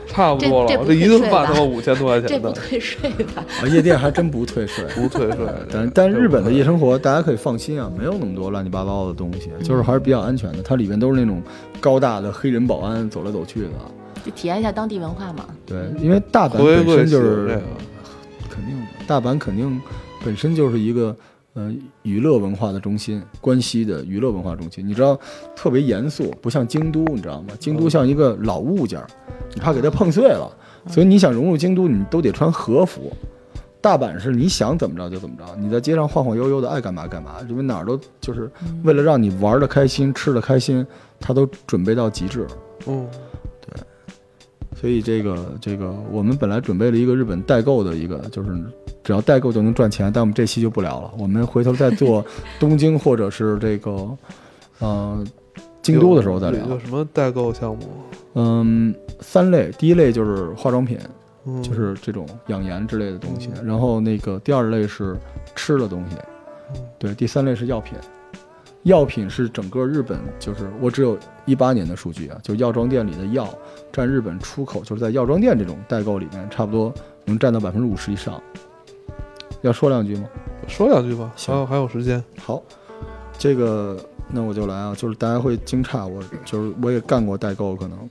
[SPEAKER 2] 差不多了。
[SPEAKER 1] 这这
[SPEAKER 2] 我
[SPEAKER 1] 不
[SPEAKER 2] 这一顿饭
[SPEAKER 1] 退税吧
[SPEAKER 2] 他妈五千多块
[SPEAKER 1] 这
[SPEAKER 2] 钱
[SPEAKER 1] 不
[SPEAKER 2] 呢，
[SPEAKER 1] 退税吧？
[SPEAKER 3] 啊，夜店还真 不退税。
[SPEAKER 2] 不退税。
[SPEAKER 3] 但但日本的夜生活，大家可以放心啊，没有那么多乱七八糟的东西，就是还是比较安全的。它里面都是那种高大的黑人保安走来走去的。
[SPEAKER 1] 就体验一下当地文化嘛。
[SPEAKER 3] 对，因为大阪
[SPEAKER 2] 回
[SPEAKER 3] 本
[SPEAKER 2] 归
[SPEAKER 3] 身就是
[SPEAKER 2] 这个，
[SPEAKER 3] 肯定的，大阪肯定本身就是一个呃娱乐文化的中心，关西的娱乐文化中心。你知道特别严肃，不像京都，你知道吗？京都像一个老物件儿，你怕给它碰碎了，所以你想融入京都，你都得穿和服。大阪是你想怎么着就怎么着，你在街上晃晃悠悠的，爱干嘛干嘛，因为哪儿都就是为了让你玩的开心、吃的开心，他都准备到极致。
[SPEAKER 2] 嗯，
[SPEAKER 3] 所以这个这个，我们本来准备了一个日本代购的一个，就是只要代购就能赚钱，但我们这期就不聊了，我们回头再做东京或者是这个，呃，京都的时候再
[SPEAKER 2] 有有
[SPEAKER 3] 聊。
[SPEAKER 2] 什么代购项目？
[SPEAKER 3] 嗯，三类，第一类就是化妆品，
[SPEAKER 2] 嗯，
[SPEAKER 3] 就是这种养颜之类的东西，然后那个第二类是吃的东西
[SPEAKER 2] 嗯，
[SPEAKER 3] 对，第三类是药品。药品是整个日本，就是我只有一八年的数据啊，就药妆店里的药占日本出口，就是在药妆店这种代购里面，差不多能占到百分之五十以上。要说两句吗？
[SPEAKER 2] 说两句吧，还
[SPEAKER 3] 行
[SPEAKER 2] 有还有时间。
[SPEAKER 3] 好，这个那我就来啊，就是大家会惊诧我，就是我也干过代购，可能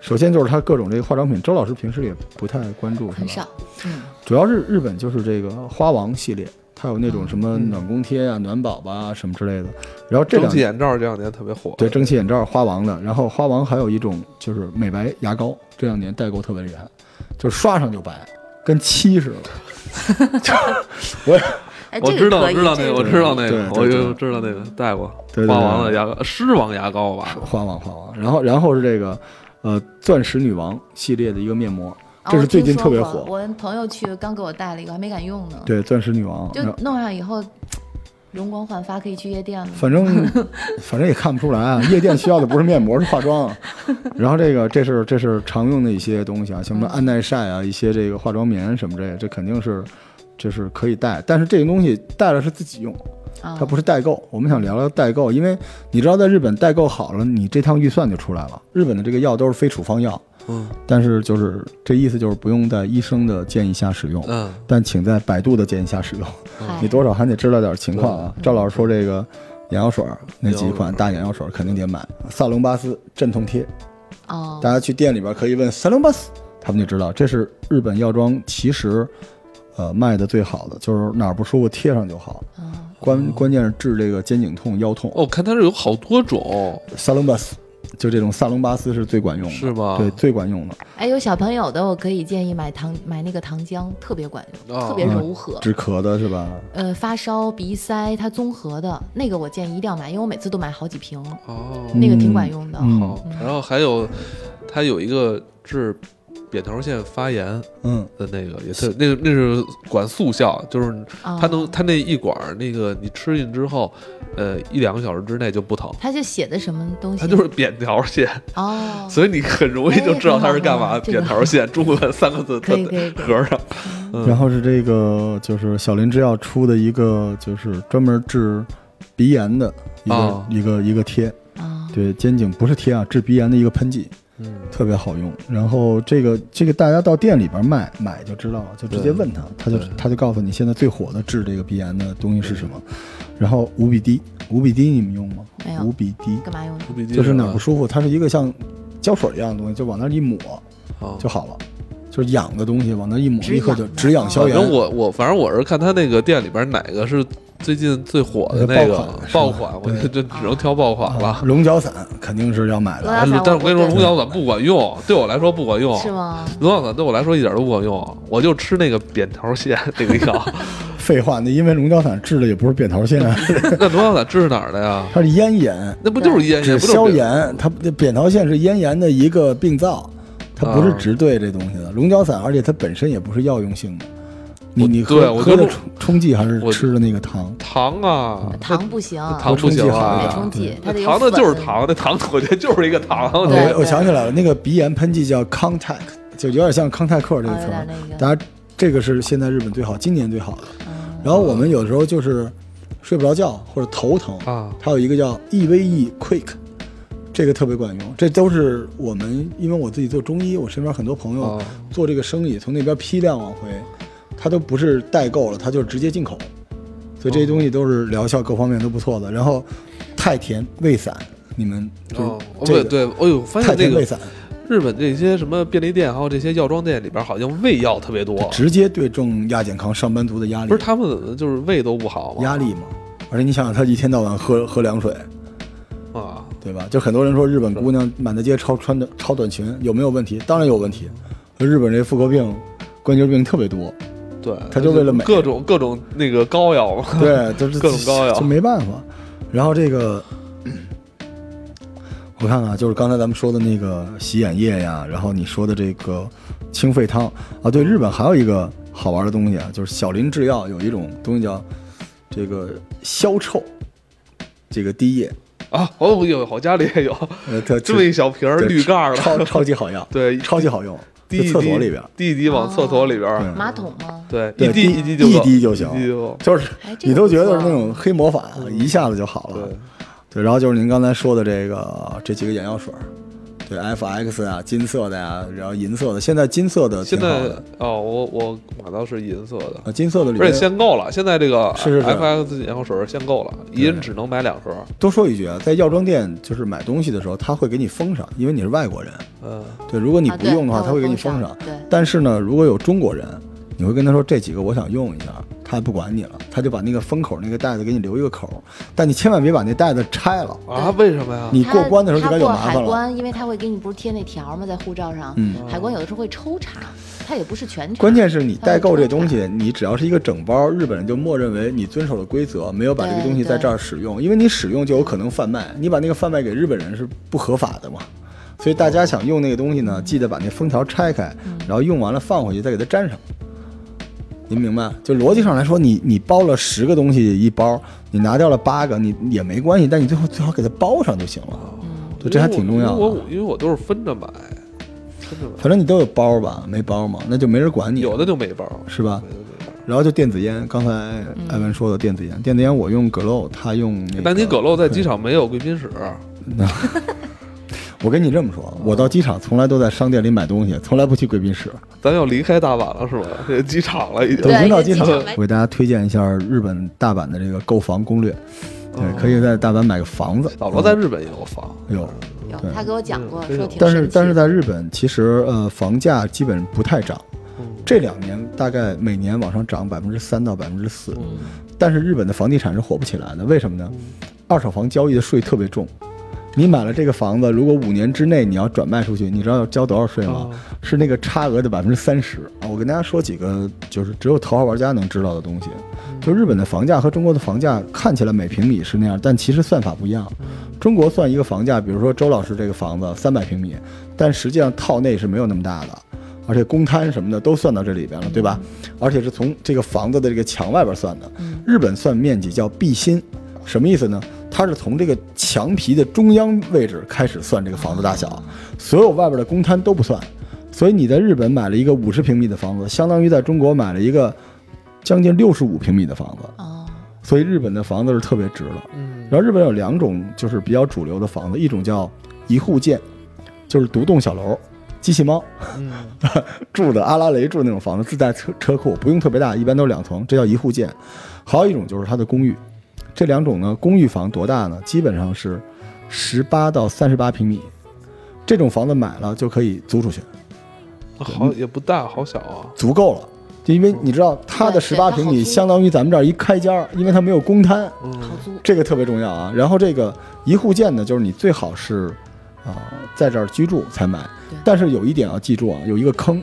[SPEAKER 3] 首先就是它各种这个化妆品，周老师平时也不太关注，是
[SPEAKER 1] 很
[SPEAKER 3] 吧？
[SPEAKER 1] 少，
[SPEAKER 2] 哦
[SPEAKER 1] 嗯，
[SPEAKER 3] 主要是日本就是这个花王系列，它有那种什么
[SPEAKER 2] 嗯
[SPEAKER 3] 暖宫贴啊、暖宝宝啊什么之类的。然后这
[SPEAKER 2] 蒸
[SPEAKER 3] 两
[SPEAKER 2] 汽眼罩这两年特别火，
[SPEAKER 3] 对蒸汽眼罩花王的，然后花王还有一种就是美白牙膏，这两年代购特别厉害，就是刷上就白，跟漆似的。
[SPEAKER 1] 哎，
[SPEAKER 2] 我
[SPEAKER 1] 这
[SPEAKER 2] 知
[SPEAKER 1] 个
[SPEAKER 2] 道，
[SPEAKER 1] 可
[SPEAKER 2] 我
[SPEAKER 1] 以，
[SPEAKER 2] 知道那
[SPEAKER 1] 这
[SPEAKER 2] 个，我
[SPEAKER 1] 可
[SPEAKER 2] 知道
[SPEAKER 1] 以
[SPEAKER 2] 那
[SPEAKER 3] 对
[SPEAKER 2] 个，
[SPEAKER 3] 对
[SPEAKER 2] 我
[SPEAKER 3] 对
[SPEAKER 2] 就知道那个带过
[SPEAKER 3] 对对对
[SPEAKER 2] 花王的牙膏，狮王牙膏吧？
[SPEAKER 3] 花王花王，然后然后是这个呃钻石女王系列的一个面膜，
[SPEAKER 1] 哦
[SPEAKER 3] 这
[SPEAKER 1] 我
[SPEAKER 3] 是最
[SPEAKER 1] 听
[SPEAKER 3] 近
[SPEAKER 1] 说
[SPEAKER 3] 特别
[SPEAKER 1] 过
[SPEAKER 3] 火。
[SPEAKER 1] 我朋友去刚给我带了一个，还没敢用呢。
[SPEAKER 3] 对钻石女王，
[SPEAKER 1] 就
[SPEAKER 3] 然后
[SPEAKER 1] 弄上以后，容光焕发，可以去夜店了。
[SPEAKER 3] 反正反正也看不出来啊，夜店需要的不是面膜，是化妆啊。然后这个这是这是常用的一些东西啊，像什么安耐晒啊，一些这个化妆棉什么之类的，这肯定是这是可以带，但是这个东西带了是自己用，
[SPEAKER 1] 啊，
[SPEAKER 3] 它不是代购。我们想聊聊代购，因为你知道在日本代购好了，你这趟预算就出来了。日本的这个药都是非处方药，
[SPEAKER 2] 嗯
[SPEAKER 3] 但是就是这意思就是不用在医生的建议下使用，
[SPEAKER 2] 嗯，
[SPEAKER 3] 但请在百度的建议下使用。
[SPEAKER 1] 嗨
[SPEAKER 3] 你多少还得知道点情况啊。
[SPEAKER 1] 对
[SPEAKER 3] 赵老师说这个眼药水儿那几
[SPEAKER 2] 眼药
[SPEAKER 3] 款大眼药水儿肯定得买，萨隆巴斯镇痛贴，
[SPEAKER 1] 哦
[SPEAKER 3] 大家去店里边可以问萨隆巴斯，他们就知道这是日本药妆其实呃卖的最好的，就是哪儿不舒服贴上就好。
[SPEAKER 1] 啊
[SPEAKER 3] 关关键是治这个肩颈痛、腰痛，
[SPEAKER 2] 哦哦，我看它这有好多种，
[SPEAKER 3] 萨隆巴斯就这种萨隆巴斯是最管用的，
[SPEAKER 2] 是吗
[SPEAKER 3] 对，最管用的，
[SPEAKER 1] 哎，有小朋友的，我可以建议买糖，买那个糖浆，特别管用，
[SPEAKER 2] 哦
[SPEAKER 1] 特别柔和。
[SPEAKER 3] 止咳的是吧？
[SPEAKER 1] 呃，发烧、鼻塞，它综合的那个，我建议一定要买，因为我每次都买好几瓶，
[SPEAKER 2] 哦，
[SPEAKER 1] 那个挺管用的。
[SPEAKER 3] 嗯
[SPEAKER 2] 好，然后还有它有一个治扁桃腺发炎
[SPEAKER 3] 嗯，
[SPEAKER 2] 的那个，也特那个那是管速效，就是
[SPEAKER 1] 啊，
[SPEAKER 2] 它能它那一管儿那个你吃进之后，呃，一两个小时之内就不疼，
[SPEAKER 1] 它就写的什么东西？
[SPEAKER 2] 它就是扁桃腺，
[SPEAKER 1] 哦，
[SPEAKER 2] 所以你很容易就知道它是干嘛。
[SPEAKER 1] 哎这个
[SPEAKER 2] 扁桃腺，中文三个字，它
[SPEAKER 1] 可以可以可以
[SPEAKER 2] 合上。嗯
[SPEAKER 3] 然后是这个就是小林制药出的一个就是专门治鼻炎的一个、
[SPEAKER 2] 哦
[SPEAKER 3] 一个一个贴，
[SPEAKER 1] 啊，
[SPEAKER 3] 对肩颈不是贴啊，治鼻炎的一个喷剂，
[SPEAKER 2] 嗯，
[SPEAKER 3] 特别好用。然后这个这个大家到店里边卖买就知道了，就直接
[SPEAKER 2] 对
[SPEAKER 3] 问他，他就
[SPEAKER 2] 对
[SPEAKER 3] 他就告诉你现在最火的治这个鼻炎的东西是什么。然后五比滴，五比滴你们用吗？
[SPEAKER 1] 没有
[SPEAKER 3] 五比滴
[SPEAKER 1] 干嘛用的？
[SPEAKER 3] 就是哪儿不舒服，它是一个像胶水一样的东西，就往那儿一抹
[SPEAKER 2] 哦
[SPEAKER 3] 就好了，就是痒的东西往那儿一抹，
[SPEAKER 1] 止
[SPEAKER 3] 立刻就
[SPEAKER 1] 痒的嗯
[SPEAKER 3] 止痒消
[SPEAKER 2] 反
[SPEAKER 3] 炎。
[SPEAKER 2] 正我我反正我是看他那个店里边哪个是最近最火的那个
[SPEAKER 3] 爆
[SPEAKER 2] 爆
[SPEAKER 3] 款
[SPEAKER 2] 款，
[SPEAKER 3] 是吧
[SPEAKER 2] 我就就只能挑爆款
[SPEAKER 3] 啊
[SPEAKER 2] 了。
[SPEAKER 3] 龙角散肯定是要买的。
[SPEAKER 1] 啊
[SPEAKER 2] 但是但是我跟你说，
[SPEAKER 1] 对
[SPEAKER 2] 龙角散不管用，对我来说不管用。
[SPEAKER 1] 是吗？
[SPEAKER 2] 龙角散对我来说一点都不管用，我就吃那个扁桃腺那个药。
[SPEAKER 3] 废话，那因为龙角散治的也不是扁桃腺，啊
[SPEAKER 2] 那龙角散治哪儿的呀？
[SPEAKER 3] 它是咽炎，
[SPEAKER 2] 那不就是咽炎？
[SPEAKER 3] 只
[SPEAKER 2] 不就是
[SPEAKER 3] 消炎。它那扁桃腺是咽炎的一个病灶，它不是
[SPEAKER 2] 啊
[SPEAKER 3] 直对这东西的。龙角散，而且它本身也不是药用性的。你
[SPEAKER 2] 我
[SPEAKER 3] 你
[SPEAKER 2] 对
[SPEAKER 3] 喝
[SPEAKER 2] 我
[SPEAKER 3] 喝
[SPEAKER 2] 就
[SPEAKER 3] 的
[SPEAKER 2] 是
[SPEAKER 3] 冲冲剂还是
[SPEAKER 2] 我
[SPEAKER 3] 吃的那个糖？
[SPEAKER 2] 糖啊？
[SPEAKER 1] 糖不行，
[SPEAKER 2] 糖不行啊
[SPEAKER 1] 得冲剂，它得有
[SPEAKER 2] 糖的就是
[SPEAKER 1] 粉。
[SPEAKER 2] 糖，那糖我觉得就是一个糖。我
[SPEAKER 3] 哦
[SPEAKER 2] 觉得
[SPEAKER 1] 对
[SPEAKER 3] 我我想起来了，那个鼻炎喷剂叫 contact，就有点像康泰克这个
[SPEAKER 1] 啊
[SPEAKER 3] 词
[SPEAKER 1] 有点
[SPEAKER 3] 儿。
[SPEAKER 1] 那个，
[SPEAKER 3] 大家这个是现在日本最好，今年最好的。
[SPEAKER 1] 嗯
[SPEAKER 3] 然后我们有时候就是睡不着觉或者头疼
[SPEAKER 2] 啊
[SPEAKER 3] 它有一个叫 EVE Quick，这个特别管用。这都是我们，因为我自己做中医，我身边很多朋友
[SPEAKER 2] 哦
[SPEAKER 3] 做这个生意，从那边批量往回，它都不是代购了，它就是直接进口。所以这些东西都是疗效各方面都不错的。然后太田胃散，你们
[SPEAKER 2] 哦，
[SPEAKER 3] 就
[SPEAKER 2] 哦
[SPEAKER 3] 是
[SPEAKER 2] 对
[SPEAKER 3] 这个
[SPEAKER 2] 对，哎呦，发
[SPEAKER 3] 太
[SPEAKER 2] 现那
[SPEAKER 3] 田胃
[SPEAKER 2] 个
[SPEAKER 3] 散
[SPEAKER 2] 日本这些什么便利店，还有这些药妆店里边，好像胃药特别多。
[SPEAKER 3] 直接对症亚健康上班族的压力
[SPEAKER 2] 不是他们就是胃都不好吗？
[SPEAKER 3] 压力嘛。而且你想想，他一天到晚喝喝凉水，
[SPEAKER 2] 啊，
[SPEAKER 3] 对吧？就很多人说日本姑娘满大街超穿的超短裙有没有问题？当然有问题。日本这妇科病、关节病特别多，
[SPEAKER 2] 对，
[SPEAKER 3] 他就为了美
[SPEAKER 2] 各种各种那个膏药嘛。
[SPEAKER 3] 对，都是
[SPEAKER 2] 各种膏药
[SPEAKER 3] 就没办法。然后这个， 我看看啊，就是刚才咱们说的那个洗眼液呀，然后你说的这个清肺汤啊，对，日本还有一个好玩的东西啊，就是小林制药有一种东西叫这个消臭，这个滴液，
[SPEAKER 2] 啊，哦有，我家里也有
[SPEAKER 3] 呃，它
[SPEAKER 2] 这么一小瓶儿
[SPEAKER 3] 对
[SPEAKER 2] 绿盖儿
[SPEAKER 3] 超
[SPEAKER 2] 的，
[SPEAKER 3] 超级好药，
[SPEAKER 2] 对
[SPEAKER 3] 超级好用，
[SPEAKER 2] 滴
[SPEAKER 3] 在
[SPEAKER 2] 一
[SPEAKER 3] 厕
[SPEAKER 2] 滴
[SPEAKER 3] 所里边。哦
[SPEAKER 2] 滴一滴往厕所里边儿，
[SPEAKER 1] 马桶吗？
[SPEAKER 2] 对，
[SPEAKER 3] 对
[SPEAKER 2] 一滴
[SPEAKER 3] 滴
[SPEAKER 2] 一滴
[SPEAKER 3] 一
[SPEAKER 2] 够
[SPEAKER 3] 滴就行
[SPEAKER 2] 一滴就够嗯
[SPEAKER 3] 就是
[SPEAKER 1] 哎这个
[SPEAKER 3] 你都觉得
[SPEAKER 1] 不错
[SPEAKER 3] 是那种黑魔法，一下子就好了。
[SPEAKER 2] 对，
[SPEAKER 3] 对，然后就是您刚才说的这个这几个眼药水儿，对 F X 啊，金色的呀、然后银色的，现在金色的
[SPEAKER 2] 现
[SPEAKER 3] 挺好
[SPEAKER 2] 在
[SPEAKER 3] 的，
[SPEAKER 2] 哦，我我买到是银色的。
[SPEAKER 3] 啊，金色的里
[SPEAKER 2] 而
[SPEAKER 3] 面
[SPEAKER 2] 且限购了，现在这个
[SPEAKER 3] 是是是
[SPEAKER 2] FX 眼药水限购了，一人只能买两盒。
[SPEAKER 3] 多说一句啊，在药妆店就是买东西的时候，他会给你封上，因为你是外国人。
[SPEAKER 2] 嗯，
[SPEAKER 3] 对，如果你
[SPEAKER 1] 啊
[SPEAKER 3] 不
[SPEAKER 1] 对
[SPEAKER 3] 用的话，
[SPEAKER 1] 它
[SPEAKER 3] 他
[SPEAKER 1] 会
[SPEAKER 3] 会给你
[SPEAKER 1] 封
[SPEAKER 3] 封
[SPEAKER 1] 上
[SPEAKER 3] 上
[SPEAKER 1] 对。
[SPEAKER 3] 但是呢，如果有中国人，你会跟他说这几个我想用一下，他也不管你了，他就把那个封口那个袋子给你留一个口儿，但你千万别把那袋子拆了。
[SPEAKER 2] 啊，为什么呀？
[SPEAKER 3] 你
[SPEAKER 1] 它
[SPEAKER 3] 过关的时候就
[SPEAKER 1] 它
[SPEAKER 3] 该有
[SPEAKER 1] 过
[SPEAKER 3] 麻烦
[SPEAKER 1] 海
[SPEAKER 3] 了。
[SPEAKER 1] 关，因为他会给你不是贴那条吗？在护照上，
[SPEAKER 3] 嗯
[SPEAKER 1] 海关有的时候会抽查，它也不是全查。
[SPEAKER 3] 关键是你
[SPEAKER 1] 嗯
[SPEAKER 3] 代购这东西，你只要是一个整包，日本人就默认为你遵守了规则，没有把这个
[SPEAKER 1] 对
[SPEAKER 3] 东西在
[SPEAKER 1] 对
[SPEAKER 3] 这儿使用，因为你使用就有可能贩卖，你把那个贩卖给日本人是不合法的嘛。所以大家想
[SPEAKER 1] 嗯
[SPEAKER 3] 用那个东西呢，记得把那封条拆开，然后用完了放回去，再给它粘上。您明白？就逻辑上来说，你你包了十个东西一包，你拿掉了八个，你也没关系，但你最后最好给它包上就行了。对，这还挺重要
[SPEAKER 2] 因为我
[SPEAKER 3] 的。
[SPEAKER 2] 因为我都是分着买，分着买，
[SPEAKER 3] 反正你都有包吧？没包嘛，那就没人管你，
[SPEAKER 2] 有的就没包，
[SPEAKER 3] 是吧？
[SPEAKER 2] 有的就没包。
[SPEAKER 3] 然后就电子烟，刚才艾文说的电子烟，电子烟我用葛漏，他用那个。
[SPEAKER 2] 但你葛漏在机场没有贵宾室，
[SPEAKER 3] 我跟你这么
[SPEAKER 2] 哦
[SPEAKER 3] 说，我到机场从来都在商店里买东西，从来不去贵宾室。
[SPEAKER 2] 咱要离开大阪了是吗？这机场了已经
[SPEAKER 3] 都。已经到
[SPEAKER 1] 对
[SPEAKER 3] 机场
[SPEAKER 1] 机
[SPEAKER 3] 了
[SPEAKER 1] 场，来
[SPEAKER 3] 我给大家推荐一下日本大阪的这个购房攻略，对，可以在大阪买个房子。
[SPEAKER 2] 哦老罗在日本也有房，
[SPEAKER 3] 有，
[SPEAKER 1] 有
[SPEAKER 3] 对
[SPEAKER 1] 他给我讲过，
[SPEAKER 2] 对
[SPEAKER 1] 说挺
[SPEAKER 3] 但是
[SPEAKER 1] 神奇
[SPEAKER 3] 但是在日本，其实呃房价基本不太涨，
[SPEAKER 2] 嗯
[SPEAKER 3] 这两年大概每年往上涨百分之三到百分之四，
[SPEAKER 2] 嗯
[SPEAKER 3] 但是日本的房地产是火不起来的，为什么呢？二手房交易的税特别重。你买了这个房子，如果五年之内你要转卖出去，你知道要交多少税
[SPEAKER 2] 啊
[SPEAKER 3] 吗？是那个差额的百分之三十啊！我跟大家说几个，就是只有头号玩家能知道的东西。就日本的房价和中国的房价看起来每平米是那样，但其实算法不一样。中国算一个房价，比如说周老师这个房子三百平米，但实际上套内是没有那么大的，而且公摊什么的都算到这里边了，对吧？而且是从这个房子的这个墙外边算的。日本算面积叫壁心，什么意思呢？它是从这个墙皮的中央位置开始算这个房子大小，所有外边的公摊都不算。所以你在日本买了一个五十平米的房子，相当于在中国买了一个将近六十五平米的房子。
[SPEAKER 1] 哦，
[SPEAKER 3] 所以日本的房子是特别值的。
[SPEAKER 2] 嗯，
[SPEAKER 3] 然后日本有两种就是比较主流的房子，一种叫一户建，就是独栋小楼，机器猫
[SPEAKER 2] 嗯
[SPEAKER 3] 住的阿拉蕾住的那种房子，自带车车库，不用特别大，一般都是两层，这叫一户建。还有一种就是它的公寓，这两种呢，公寓房多大呢？基本上是十八到三十八平米，这种房子买了就可以租出去，
[SPEAKER 2] 那好也不大，好小啊。
[SPEAKER 3] 足够了。就因为你知道，它的
[SPEAKER 1] 对
[SPEAKER 3] 十
[SPEAKER 1] 对
[SPEAKER 3] 八
[SPEAKER 1] 它
[SPEAKER 3] 平
[SPEAKER 1] 好
[SPEAKER 3] 米
[SPEAKER 1] 租
[SPEAKER 3] 相当于咱们这儿一开间儿，因为它没有公摊，
[SPEAKER 1] 好
[SPEAKER 2] 嗯，
[SPEAKER 1] 租，
[SPEAKER 3] 这个特别重要啊。然后这个一户建呢，就是你最好是啊、在这儿居住才买
[SPEAKER 1] 对。
[SPEAKER 3] 但是有一点要记住啊，有一个坑，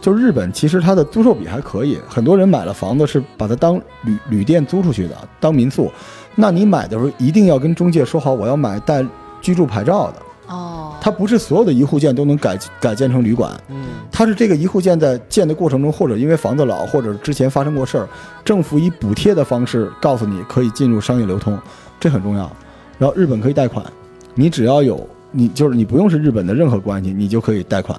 [SPEAKER 3] 就是日本其实它的租售比还可以，很多人买了房子是把它当旅旅店租出去的，当民宿。那你买的时候一定要跟中介说好，我要买带居住牌照的。
[SPEAKER 1] 哦，
[SPEAKER 3] 它不是所有的一户建都能改改建成旅馆，
[SPEAKER 2] 嗯，
[SPEAKER 3] 它是这个一户建在建的过程中，或者因为房子老，或者之前发生过事儿，政府以补贴的方式告诉你可以进入商业流通，这很重要。然后日本可以贷款，你只要有你就是你不用是日本的任何关系，你就可以贷款，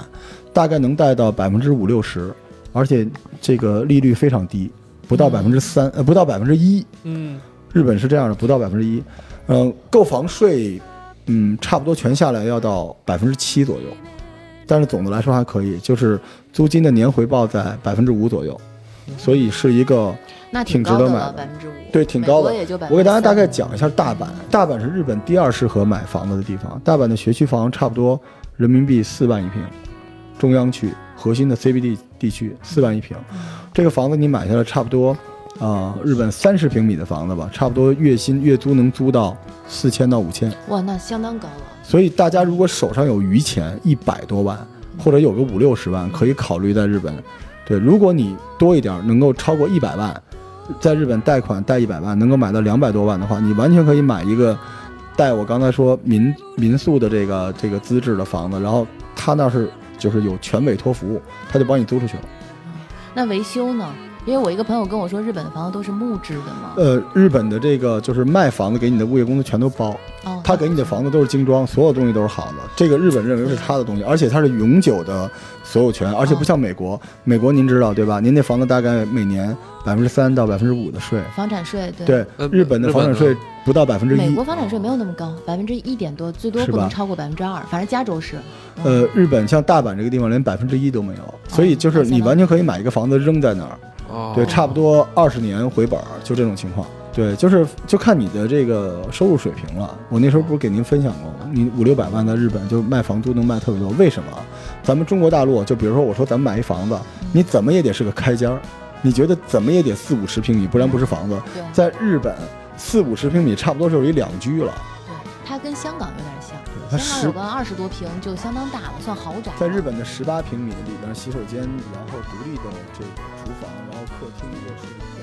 [SPEAKER 3] 大概能贷到百分之五六十，而且这个利率非常低，不到百分之三，呃，不到百分之一，
[SPEAKER 2] 嗯，
[SPEAKER 3] 日本是这样的，不到百分之一。嗯，购房税，嗯，差不多全下来要到百分之七左右，但是总的来说还可以，就是租金的年回报在百分之五左右，所以是一个
[SPEAKER 1] 那
[SPEAKER 3] 挺值
[SPEAKER 1] 高
[SPEAKER 3] 得
[SPEAKER 1] 的
[SPEAKER 3] 买
[SPEAKER 1] 了，
[SPEAKER 3] 的
[SPEAKER 1] 百分之五，
[SPEAKER 3] 对挺高
[SPEAKER 1] 美
[SPEAKER 3] 的
[SPEAKER 1] 国也就百。
[SPEAKER 3] 我给大家大概讲一下大阪，大阪是日本第二适合买房子的地方，大阪的学区房差不多人民币四万一平，中央区核心的 CBD 地区四万一平，
[SPEAKER 1] 嗯
[SPEAKER 3] 这个房子你买下来差不多。啊、日本三十平米的房子吧，差不多月薪月租能租到四千到五千，
[SPEAKER 1] 哇，那相当高了，
[SPEAKER 3] 所以大家如果手上有余钱一百多万，或者有个五六十万，可以考虑在日本。对，如果你多一点儿，能够超过一百万，在日本贷款贷一百万，能够买到两百多万的话，你完全可以买一个带我刚才说民民宿的这个这个资质的房子，然后他那是就是有全委托服务，他就帮你租出去了。
[SPEAKER 1] 那维修呢？因为我一个朋友跟我说，日本的房子都是木质的嘛。
[SPEAKER 3] 呃，日本的这个就是卖房子给你的物业公司全都包，
[SPEAKER 1] 哦，
[SPEAKER 3] 呃他给你的房子都是精装，所有东西都是好的。这个日本认为是他的东西，而且它是永久的所有权，而且不像美
[SPEAKER 1] 哦
[SPEAKER 3] 国，美国您知道对吧？您那房子大概每年百分之三到百分之五的税，
[SPEAKER 1] 房产税对。
[SPEAKER 3] 对
[SPEAKER 2] 呃，
[SPEAKER 3] 日本的房产税
[SPEAKER 2] 日
[SPEAKER 3] 不到百分之
[SPEAKER 1] 美
[SPEAKER 3] 一
[SPEAKER 1] 国。房产税没有那么高，百分之一点多，最多
[SPEAKER 3] 是吧
[SPEAKER 1] 不能超过百分之二。反正加州是，
[SPEAKER 3] 呃，日本像大阪这个地方连百分之一都没
[SPEAKER 1] 哦
[SPEAKER 3] 有，所以就是你完全可以买一个房子扔在那儿，
[SPEAKER 2] 哦，
[SPEAKER 3] 对，差不多二十年回本儿，就这种情况。对，就是就看你的这个收入水平了。我那时候不是给您分享过吗？你五六百万在日本就卖房租能卖特别多，为什么？咱们中国大陆，就比如说我说咱们买一房子，你怎么也得是个开间儿，你觉得怎么也得四五十平米，不然不是房子。
[SPEAKER 1] 对
[SPEAKER 3] 在日本，四五十平米差不多就是一两居了。
[SPEAKER 1] 对，它跟香港有点像，
[SPEAKER 3] 它
[SPEAKER 1] 香港有
[SPEAKER 3] 十
[SPEAKER 1] 个二十多平就相当大了，算豪宅。
[SPEAKER 3] 在日本的十八平米里边洗手间，然后独立的这个厨房，然后客厅、卧室。